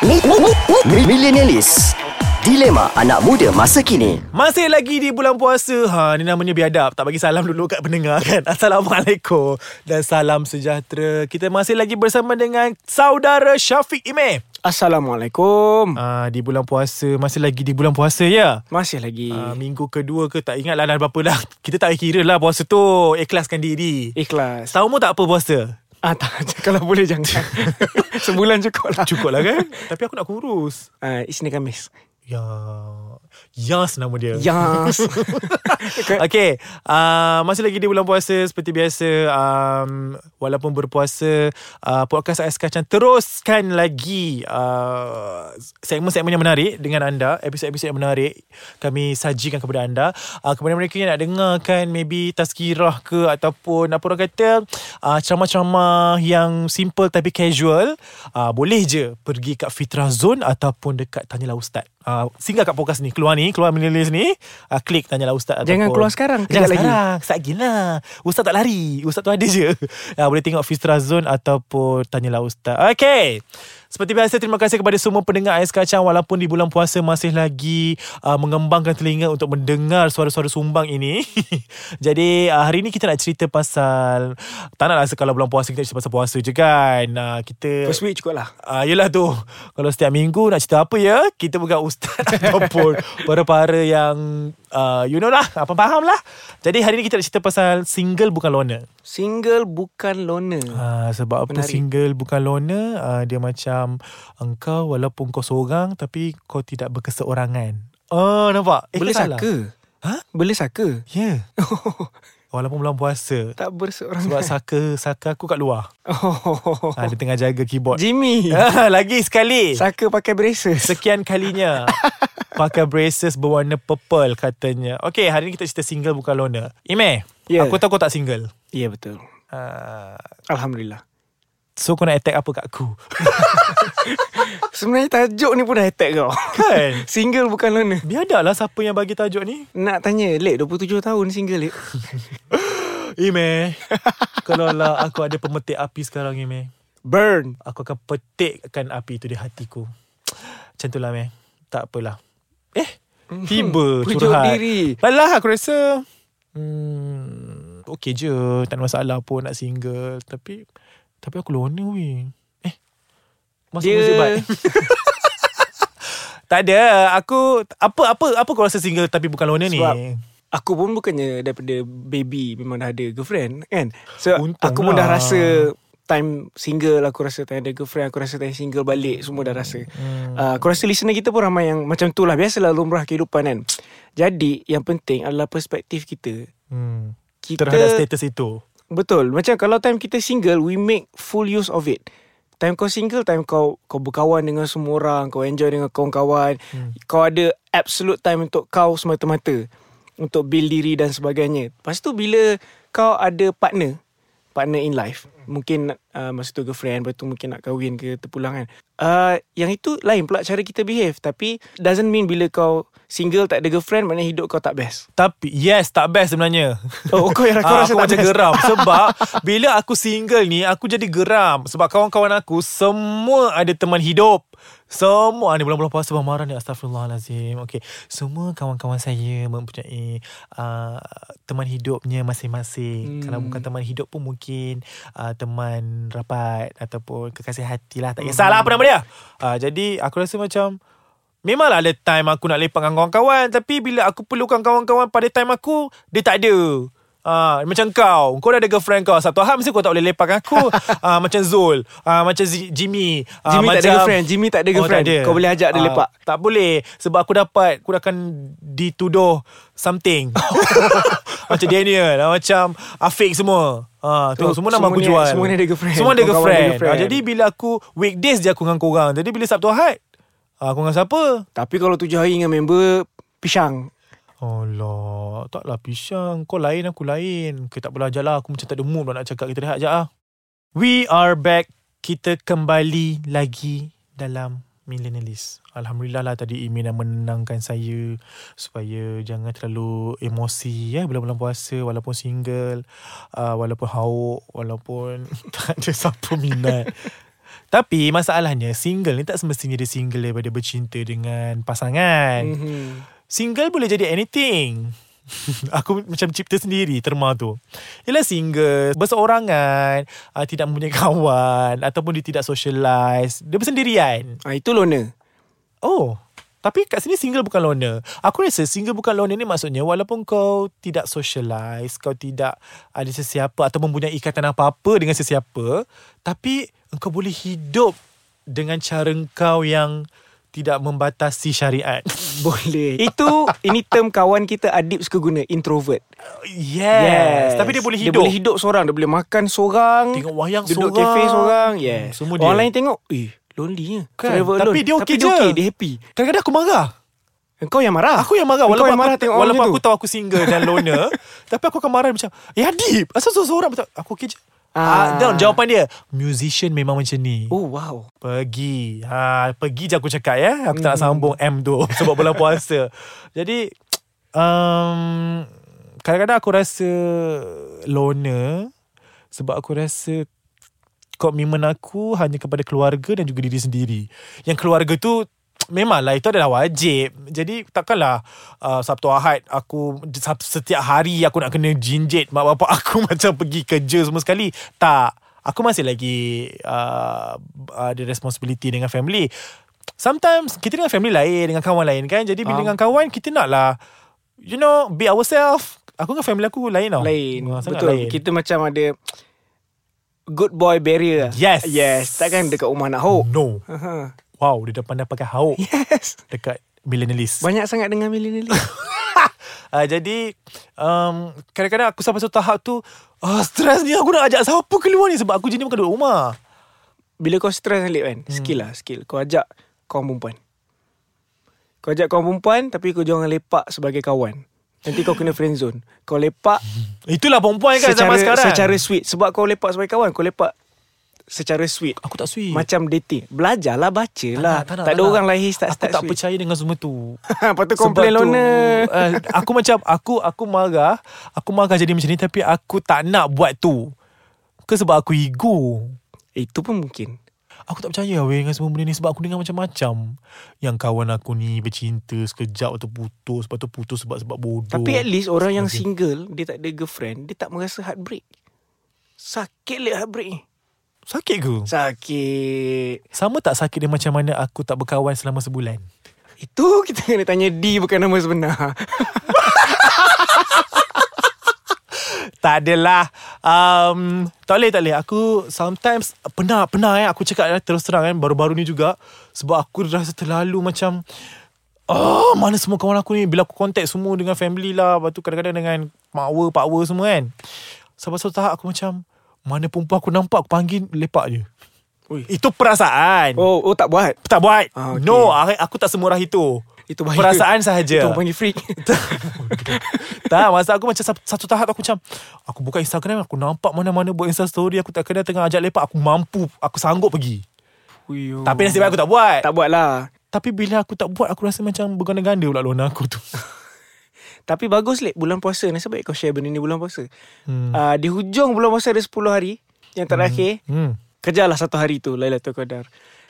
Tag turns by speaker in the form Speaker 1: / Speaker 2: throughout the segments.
Speaker 1: Mi- mi- mi- mi- Millenialis Dilema anak muda masa kini
Speaker 2: Masih lagi di bulan puasa ha, Ni namanya biadab Tak bagi salam dulu kat pendengar kan Assalamualaikum Dan salam sejahtera Kita masih lagi bersama dengan Saudara Syafiq Imeh
Speaker 3: Assalamualaikum.
Speaker 2: ha, Di bulan puasa Masih lagi di bulan puasa ya
Speaker 3: Masih lagi.
Speaker 2: ha, Minggu kedua ke tak ingat lah dah berapa dah Kita tak kira lah puasa tu Ikhlaskan diri
Speaker 3: Ikhlas.
Speaker 2: Tahu mu tak apa puasa?
Speaker 3: Ah tak kalau boleh jangan. Sebulan cukup lah.
Speaker 2: Cukup lah kan Tapi aku nak kurus
Speaker 3: Ah Isnin Khamis.
Speaker 2: Ya Yas nama dia
Speaker 3: Yes. okay.
Speaker 2: Okay uh, Masih lagi di bulan puasa Seperti biasa um, Walaupun berpuasa uh, Podcast AIS Kacang Teruskan lagi uh, Segmen-segmen yang menarik Dengan anda Episod-episod yang menarik Kami sajikan kepada anda uh, Kepada mereka yang nak dengarkan Maybe tazkirah ke Ataupun apa orang kata uh, Ceramah-ceramah Yang simple tapi casual uh, Boleh je Pergi kat Fitrah Zone Ataupun dekat Tanyalah Ustaz uh, Singgah kat podcast ni Keluar ni Keluar menulis ni uh, Klik Tanyalah Ustaz
Speaker 3: Jangan
Speaker 2: ataupun-
Speaker 3: keluar sekarang, kejap
Speaker 2: Jangan
Speaker 3: lagi.
Speaker 2: sekarang Saat gila Ustaz tak lari Ustaz tu ada je ya, Boleh tengok Fistra Zone Ataupun Tanyalah Ustaz Okay Seperti biasa Terima kasih kepada semua pendengar Ais Kacang Walaupun di bulan puasa Masih lagi uh, Mengembangkan telinga Untuk mendengar Suara-suara sumbang ini Jadi uh, Hari ni kita nak cerita pasal Tak nak rasa Kalau bulan puasa Kita nak cerita pasal puasa je kan uh, Kita
Speaker 3: First week cukup lah.
Speaker 2: Ah, yelah tu Kalau setiap minggu Nak cerita apa ya Kita bukan ustaz Ataupun Para-para yang uh, You know lah Apa faham lah Jadi hari ni kita nak cerita pasal Single bukan loner
Speaker 3: Single bukan loner.
Speaker 2: uh, Sebab apa
Speaker 3: Menarik.
Speaker 2: single bukan loner uh, Dia macam Engkau walaupun kau seorang Tapi kau tidak berkeseorangan Oh nampak eh,
Speaker 3: Boleh
Speaker 2: kau salah.
Speaker 3: saka.
Speaker 2: Ha?
Speaker 3: Boleh saka.
Speaker 2: Ya yeah. Walaupun belum puasa
Speaker 3: tak berseorang.
Speaker 2: Sebab saka Saka aku kat luar
Speaker 3: Oh.
Speaker 2: uh, Dia tengah jaga keyboard
Speaker 3: Jimmy.
Speaker 2: Ah, Lagi sekali
Speaker 3: Saka pakai braces.
Speaker 2: Sekian kalinya Pakai braces berwarna purple katanya Okay hari ni kita cerita single bukan loner Ime yeah.
Speaker 3: Ya.
Speaker 2: Aku tahu kau tak single
Speaker 3: Ya yeah, betul.
Speaker 2: uh,
Speaker 3: Alhamdulillah.
Speaker 2: So kau nak attack apa kat aku
Speaker 3: Sebenarnya tajuk ni pun dah attack kau.
Speaker 2: Kan
Speaker 3: Single bukan loner.
Speaker 2: Biar lah siapa yang bagi tajuk ni
Speaker 3: Nak tanya, Lek 27 tahun single, Lek.
Speaker 2: Ime Kalau lah aku ada pemetik api sekarang Ime
Speaker 3: Burn.
Speaker 2: Aku akan petikkan api itu di hatiku Macam tu lah Ime Tak apalah Eh Tiba
Speaker 3: Mhm. Pujuk
Speaker 2: curhat
Speaker 3: diri.
Speaker 2: Alah aku rasa hmm, Okay je Tak ada masalah pun nak single Tapi Tapi aku loner weh Eh Masuk
Speaker 3: Dia-
Speaker 2: muzibat Tak ada Aku Apa apa apa kau rasa single Tapi bukan loner ni
Speaker 3: Sebab Aku pun bukannya daripada baby memang dah ada girlfriend kan. So
Speaker 2: Untung
Speaker 3: aku pun dah
Speaker 2: lah.
Speaker 3: rasa time single aku rasa time ada girlfriend aku rasa time single balik semua dah rasa. Hmm. Uh, aku rasa listener kita pun ramai yang macam tu lah biasalah lumrah kehidupan kan. Jadi yang penting adalah perspektif kita.
Speaker 2: hmm,
Speaker 3: Kita
Speaker 2: Terhadap status itu
Speaker 3: Betul. Macam kalau time kita single, we make full use of it. Time kau single, time kau kau berkawan dengan semua orang, kau enjoy dengan kawan-kawan. Hmm. Kau ada absolute time untuk kau semata-mata. Untuk build diri dan sebagainya. Lepas tu bila kau ada partner, partner in life. Mungkin uh, masa tu girlfriend, lepas tu mungkin nak kahwin ke terpulang kan. Uh, yang itu lain pula cara kita behave. Tapi doesn't mean bila kau single tak ada girlfriend, maknanya hidup kau tak best.
Speaker 2: Tapi yes tak best sebenarnya
Speaker 3: Oh, kau yang kau
Speaker 2: Ah,
Speaker 3: rasa
Speaker 2: aku
Speaker 3: tak
Speaker 2: macam
Speaker 3: best.
Speaker 2: geram sebab bila aku single ni aku jadi geram sebab kawan-kawan aku semua ada teman hidup. Semua ada bulan-bulan puasa Abang marah ni Astagfirullahalazim Okay Semua kawan-kawan saya Mempunyai uh, Teman hidupnya Masing-masing hmm. Kalau bukan teman hidup pun Mungkin uh, Teman rapat Ataupun Kekasih hati lah Tak kisahlah
Speaker 3: Hmm.
Speaker 2: apa nama dia uh, Jadi aku rasa macam Memanglah ada time aku nak lepak dengan kawan-kawan Tapi bila aku perlukan kawan-kawan pada time aku Dia tak ada Ah, macam kau Kau dah ada girlfriend kau Sabtu Ahad mesti kau tak boleh lepak dengan aku ah, Macam Zul ah, Macam Z- Jimmy ah,
Speaker 3: Jimmy tak ada
Speaker 2: macam- Oh,
Speaker 3: girlfriend. Jimmy tak ada girlfriend. Kau boleh ajak dia
Speaker 2: Ah,
Speaker 3: lepak.
Speaker 2: Tak boleh Sebab aku dapat Aku akan dituduh Something Macam Daniel ah, Macam Afiq semua Ah, tu,
Speaker 3: Oh,
Speaker 2: semua nama
Speaker 3: semua
Speaker 2: aku
Speaker 3: ni-
Speaker 2: jual
Speaker 3: semua ni ada girlfriend.
Speaker 2: Semua ada
Speaker 3: Kawan-kawan ada
Speaker 2: girlfriend,
Speaker 3: girlfriend.
Speaker 2: Ah, Jadi bila aku Weekdays je aku dengan korang Jadi bila Sabtu Ahad ah, Aku dengan siapa
Speaker 3: Tapi kalau tujuh hari dengan member Pisang
Speaker 2: Alah, taklah pisang. Kau lain, aku lain. Okay, tak apalah, jalan. Aku macam tak ada mood nak cakap. Kita rehat sekejap lah. We are back. Kita kembali lagi dalam Millennialist. Alhamdulillah lah tadi Imin dah menenangkan saya supaya jangan terlalu emosi ya bulan-bulan puasa walaupun ah, single, uh, walaupun hauk, walaupun tak ada siapa minat. Tapi masalahnya single ni tak semestinya dia single daripada bercinta dengan pasangan. Mm-hmm. Single boleh jadi anything. Aku macam cipta sendiri terma tu Ialah single Berseorangan uh, Tidak mempunyai kawan Ataupun dia tidak socialize Dia bersendirian
Speaker 3: Ah itu loner.
Speaker 2: Oh tapi kat sini single bukan loner. Aku rasa single bukan loner ni maksudnya walaupun kau tidak socialize, kau tidak ada sesiapa atau mempunyai ikatan apa-apa dengan sesiapa, tapi engkau boleh hidup dengan cara kau yang tidak membatasi syariat.
Speaker 3: Boleh. Itu ini term kawan kita Adib suka guna introvert.
Speaker 2: Yes. yes. Tapi dia boleh hidup.
Speaker 3: Dia boleh hidup seorang, dia boleh makan seorang.
Speaker 2: Tengok wayang seorang.
Speaker 3: duduk kafe seorang.
Speaker 2: Hmm,
Speaker 3: Yes.
Speaker 2: semua dia.
Speaker 3: Orang lain tengok, eh lonely ya.
Speaker 2: Kan?
Speaker 3: Forever
Speaker 2: Tapi dia
Speaker 3: alone. Tapi
Speaker 2: okey
Speaker 3: dia
Speaker 2: je.
Speaker 3: okay, dia happy.
Speaker 2: Kadang-kadang aku marah.
Speaker 3: Engkau yang marah.
Speaker 2: Aku yang marah
Speaker 3: Engkau
Speaker 2: walaupun
Speaker 3: yang marah
Speaker 2: aku,
Speaker 3: tengok
Speaker 2: walaupun
Speaker 3: orang
Speaker 2: aku
Speaker 3: macam tu.
Speaker 2: tahu aku single dan loner, tapi aku akan marah macam, "Eh Adib, asal seorang macam aku okey je." Ah,
Speaker 3: Ah.
Speaker 2: down jawapan dia. Musician memang macam ni.
Speaker 3: Oh wow.
Speaker 2: Pergi. Ha, pergi je aku cakap ya. Aku tak nak
Speaker 3: Hmm.
Speaker 2: sambung M tu sebab bulan puasa. Jadi um, kadang-kadang aku rasa loner sebab aku rasa komitmen aku hanya kepada keluarga dan juga diri sendiri. Yang keluarga tu memanglah itu adalah wajib. Jadi takkanlah uh, Sabtu Ahad aku sab- setiap hari aku nak kena jinjit mak bapak aku macam pergi kerja semua sekali. Tak. Aku masih lagi uh, ada responsibility dengan family. Sometimes kita dengan family lain, dengan kawan lain kan. Jadi bila
Speaker 3: Faham.
Speaker 2: dengan kawan kita naklah you know be ourselves. Aku dengan family aku lain tau.
Speaker 3: Lain.
Speaker 2: Ah, sangat
Speaker 3: Betul. Lain. Kita macam ada good boy barrier.
Speaker 2: Yes.
Speaker 3: Yes. Takkan dekat rumah nak hope.
Speaker 2: No.
Speaker 3: Aha.
Speaker 2: Wow, dia dah pandai pakai hauk
Speaker 3: Yes.
Speaker 2: dekat millennialist.
Speaker 3: Banyak sangat dengan millennial.
Speaker 2: Uh, jadi um, Kadang-kadang aku sampai satu tahap tu uh, Stres ni aku nak ajak siapa keluar ni Sebab aku jenis bukan duduk rumah
Speaker 3: Bila kau stress Alip
Speaker 2: Hmm.
Speaker 3: kan Skill lah skill Kau ajak kawan perempuan Kau ajak kawan perempuan Tapi kau jangan lepak sebagai kawan Nanti kau kena friend zone Kau lepak
Speaker 2: Itulah perempuan kan
Speaker 3: secara,
Speaker 2: zaman sekarang
Speaker 3: secara sweet Sebab kau lepak sebagai kawan Kau lepak secara sweet
Speaker 2: Aku tak sweet
Speaker 3: Macam dating Belajarlah baca lah
Speaker 2: nak,
Speaker 3: Tak ada
Speaker 2: nak.
Speaker 3: orang lahir
Speaker 2: Aku
Speaker 3: start, start
Speaker 2: tak
Speaker 3: sweet
Speaker 2: percaya dengan semua tu
Speaker 3: Lepas tu komplain
Speaker 2: Sebab tu,
Speaker 3: loner
Speaker 2: uh, Aku macam Aku aku marah Aku marah jadi macam ni Tapi aku tak nak buat tu Ke sebab aku ego
Speaker 3: Itu pun mungkin
Speaker 2: Aku tak percaya weh dengan semua benda ni Sebab aku dengar macam-macam Yang kawan aku ni bercinta sekejap Lepas tu putus Lepas tu putus sebab-sebab bodoh
Speaker 3: Tapi at least orang yang
Speaker 2: Okay.
Speaker 3: single Dia tak ada girlfriend Dia tak merasa heartbreak Sakit leh heartbreak ni
Speaker 2: Sakit ke?
Speaker 3: Sakit
Speaker 2: Sama tak sakit dia macam mana aku tak berkawan selama sebulan?
Speaker 3: Itu kita kena tanya D bukan nama sebenar.
Speaker 2: Tak adalah. Um, tak boleh, tak boleh. Aku sometimes pernah, pernah eh. Aku cakap eh, terus terang kan baru-baru ni juga. Sebab aku rasa terlalu macam... Oh, mana semua kawan aku ni. Bila aku contact semua dengan family lah. Lepas tu kadang-kadang dengan makwa, pakwa semua kan. Sampai suatu tahap aku macam... Mana perempuan aku nampak aku panggil lepak je.
Speaker 3: Ui.
Speaker 2: Itu perasaan.
Speaker 3: Oh, oh tak buat.
Speaker 2: Tak buat.
Speaker 3: Ah, okay.
Speaker 2: No, aku aku tak semurah itu.
Speaker 3: Itu bahaya.
Speaker 2: Perasaan sahaja.
Speaker 3: Itu orang panggil freak.
Speaker 2: tak Masa aku macam satu, satu tahap Aku macam Aku buka Instagram Aku nampak mana-mana Buat Insta story Aku tak kenal tengah ajak lepak Aku mampu Aku sanggup pergi
Speaker 3: Uyuh.
Speaker 2: Tapi nasib baik aku tak buat
Speaker 3: tak buat lah.
Speaker 2: Tapi bila aku tak buat Aku rasa macam Berganda-ganda pula lona aku tu
Speaker 3: Tapi bagus Lip bulan puasa Nasib baik kau share benda ni bulan puasa. Hmm. Uh, di hujung bulan puasa ada 10 hari yang terakhir. Hmm.
Speaker 2: hmm.
Speaker 3: Kerjalah satu hari tu Lailatul Qadar.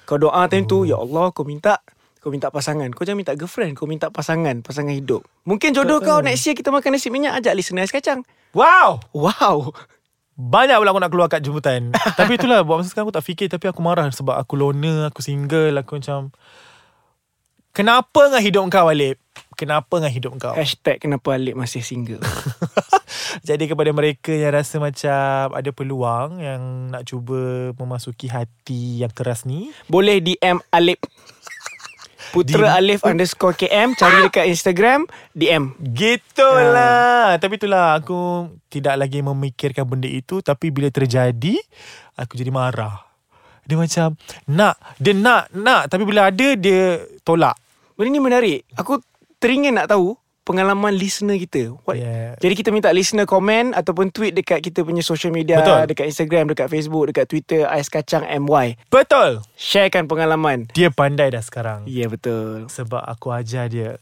Speaker 3: Kau doa time tu, ya Allah kau minta kau minta pasangan Kau jangan minta girlfriend Kau minta pasangan Pasangan hidup Mungkin jodoh kau Next year kita makan nasi minyak Ajak listener ais kacang
Speaker 2: Wow
Speaker 3: Wow
Speaker 2: Banyak pula aku nak keluar kat jemputan Tapi itulah Buat masa sekarang aku tak fikir Tapi aku marah Sebab aku loner Aku single Aku macam Kenapa dengan hidup kau Alip Kenapa dengan hidup kau
Speaker 3: Oh. Hashtag kenapa Alip masih single
Speaker 2: Jadi kepada mereka yang rasa macam ada peluang yang nak cuba memasuki hati yang keras ni.
Speaker 3: Boleh DM Alif
Speaker 2: Di-
Speaker 3: Putera Alif underscore KM Cari dekat Instagram DM
Speaker 2: Gitulah. Tapi itulah aku tidak lagi memikirkan benda itu tapi bila terjadi aku jadi marah. Dia macam nak, dia nak, nak tapi bila ada dia tolak.
Speaker 3: Benda ni menarik Aku teringin nak tahu Pengalaman listener kita What?
Speaker 2: Yeah.
Speaker 3: Jadi kita minta listener komen Ataupun tweet dekat kita punya social media
Speaker 2: Betul.
Speaker 3: Dekat Instagram, dekat Facebook, dekat Twitter Ais Kacang MY
Speaker 2: Betul.
Speaker 3: Sharekan pengalaman
Speaker 2: Dia pandai dah sekarang.
Speaker 3: Ya yeah, betul
Speaker 2: Sebab aku ajar dia.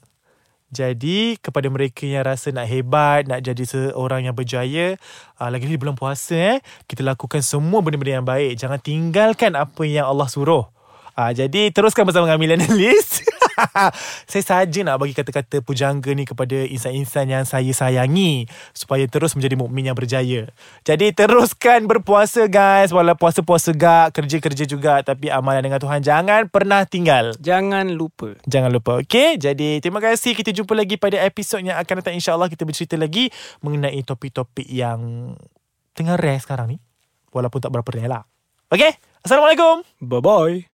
Speaker 2: Jadi kepada mereka yang rasa nak hebat, nak jadi seorang yang berjaya, uh, lagi-lagi bulan puasa eh, kita lakukan semua benda-benda yang baik. Jangan tinggalkan apa yang Allah suruh. Uh, jadi teruskan bersama kami Lenalis. saya saja nak bagi kata-kata pujangga ni kepada insan-insan yang saya sayangi supaya terus menjadi mukmin yang berjaya. Jadi teruskan berpuasa guys, walau puasa-puasa gak, kerja-kerja juga tapi amalan dengan Tuhan jangan pernah tinggal.
Speaker 3: Jangan lupa.
Speaker 2: Jangan lupa Okay Jadi terima kasih Kita jumpa lagi pada episod yang akan datang InsyaAllah kita bercerita lagi Mengenai topik-topik yang Tengah rare sekarang ni Walaupun tak berapa rare lah Okay Assalamualaikum
Speaker 3: Bye-bye.